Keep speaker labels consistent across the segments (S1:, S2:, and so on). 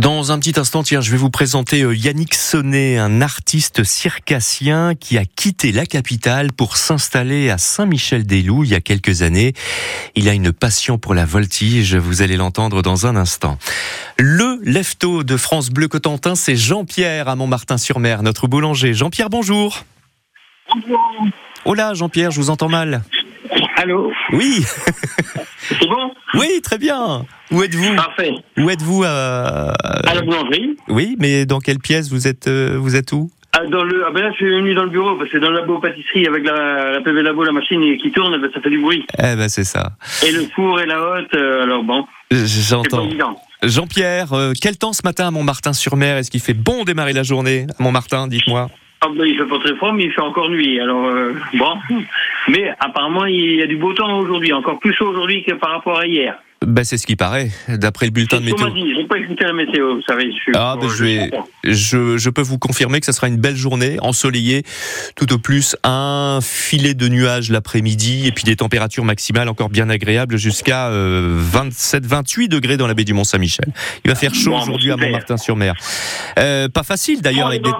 S1: Dans un petit instant, tiens, je vais vous présenter euh, Yannick Sonnet, un artiste circassien qui a quitté la capitale pour s'installer à Saint-Michel-des-Loups il y a quelques années. Il a une passion pour la voltige, vous allez l'entendre dans un instant. Le lefto de France Bleu Cotentin, c'est Jean-Pierre à Montmartin-sur-Mer, notre boulanger. Jean-Pierre, bonjour.
S2: Bonjour.
S1: Oh là, Jean-Pierre, je vous entends mal.
S2: Allô
S1: Oui,
S2: C'est bon
S1: oui, très bien. Où êtes-vous
S2: Parfait.
S1: Où êtes-vous euh,
S2: À la boulangerie
S1: Oui, mais dans quelle pièce vous êtes euh, Vous êtes où
S2: ah, dans le... ah ben là, je suis venu dans le bureau, parce que dans le labo pâtisserie, avec la, la PV Labo, la machine qui tourne, ben, ça fait du bruit.
S1: Eh ben, c'est ça.
S2: Et le four et la hotte, euh, alors bon, c'est pas
S1: J'entends.
S2: évident.
S1: Jean-Pierre, euh, quel temps ce matin à Montmartin-sur-Mer Est-ce qu'il fait bon démarrer la journée à Montmartin Dites-moi.
S2: Ah ben, il fait pas très froid, mais il fait encore nuit, alors euh, bon. Mais apparemment, il y a du beau temps aujourd'hui, encore plus chaud aujourd'hui que par rapport à hier.
S1: Ben, c'est ce qui paraît, d'après le bulletin de
S2: C'est ce qu'on
S1: météo.
S2: m'a dit, j'ai pas écouté la météo, vous savez. Je suis Oh,
S1: Ah, ben, je vais- Je, je peux vous confirmer que ce sera une belle journée, ensoleillée, tout au plus un filet de nuages l'après-midi et puis des températures maximales encore bien agréables jusqu'à 27-28 degrés dans la baie du Mont-Saint-Michel. Il va faire chaud
S2: Bon,
S1: aujourd'hui à
S2: super. Oh,
S1: Montmartin-sur-Mer. Euh, pas facile d'ailleurs avec des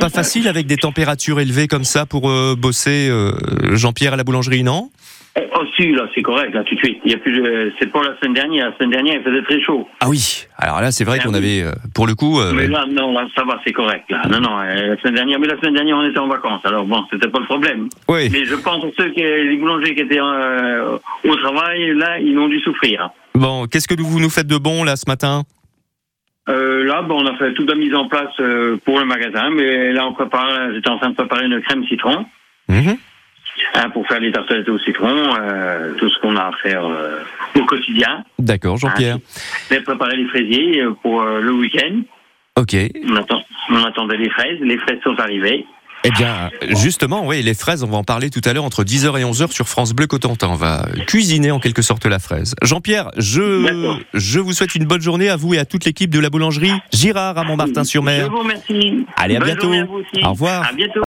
S1: Pas facile avec des températures élevées comme ça pour euh, bosser euh, Jean-Pierre à la boulangerie, non
S2: Oh si, là, c'est correct, là, tout de suite. Il y a plus de... C'est pas la semaine dernière, la semaine dernière, il faisait très chaud.
S1: Ah oui. Alors là, c'est vrai
S2: Ah
S1: qu'on avait,
S2: oui.
S1: euh, pour le coup, euh,
S2: Mais là, non, là, ça va, c'est correct. Là. Non, non, euh, la semaine dernière, mais la semaine dernière, on était en vacances. Alors bon, c'était pas le problème.
S1: ouais.
S2: Mais je pense que ceux qui, les boulangers qui étaient euh, au travail, là, ils ont dû souffrir.
S1: Bon, qu'est-ce que vous nous faites de bon là ce matin
S2: Euh, là, bon, on a fait toute la mise en place euh, pour le magasin, mais là, on prépare. J'étais en train de préparer une crème citron
S1: Mhm.
S2: hein, pour faire les tartelettes au citron, euh, tout ce qu'on a à faire euh, au quotidien.
S1: D'accord, Jean-Pierre.
S2: J'ai préparé les fraisiers euh, pour euh, le week-end. Ah,
S1: Ok. Eh
S2: On, attend- on attendait les fraises. Les fraises sont arrivées.
S1: bien, justement, oui, les fraises, on va en parler tout à l'heure entre 10h et 11h sur France Bleu Cotentin. On va cuisiner en quelque sorte la fraise. Jean-Pierre, je,
S2: D'accord.
S1: je vous souhaite une bonne journée à vous et à toute l'équipe de la boulangerie Girard à Montmartin-sur-Mer.
S2: Je vous remercie.
S1: Allez, à
S2: Bonne
S1: bientôt.
S2: journée à vous aussi.
S1: Au revoir.
S2: À bientôt.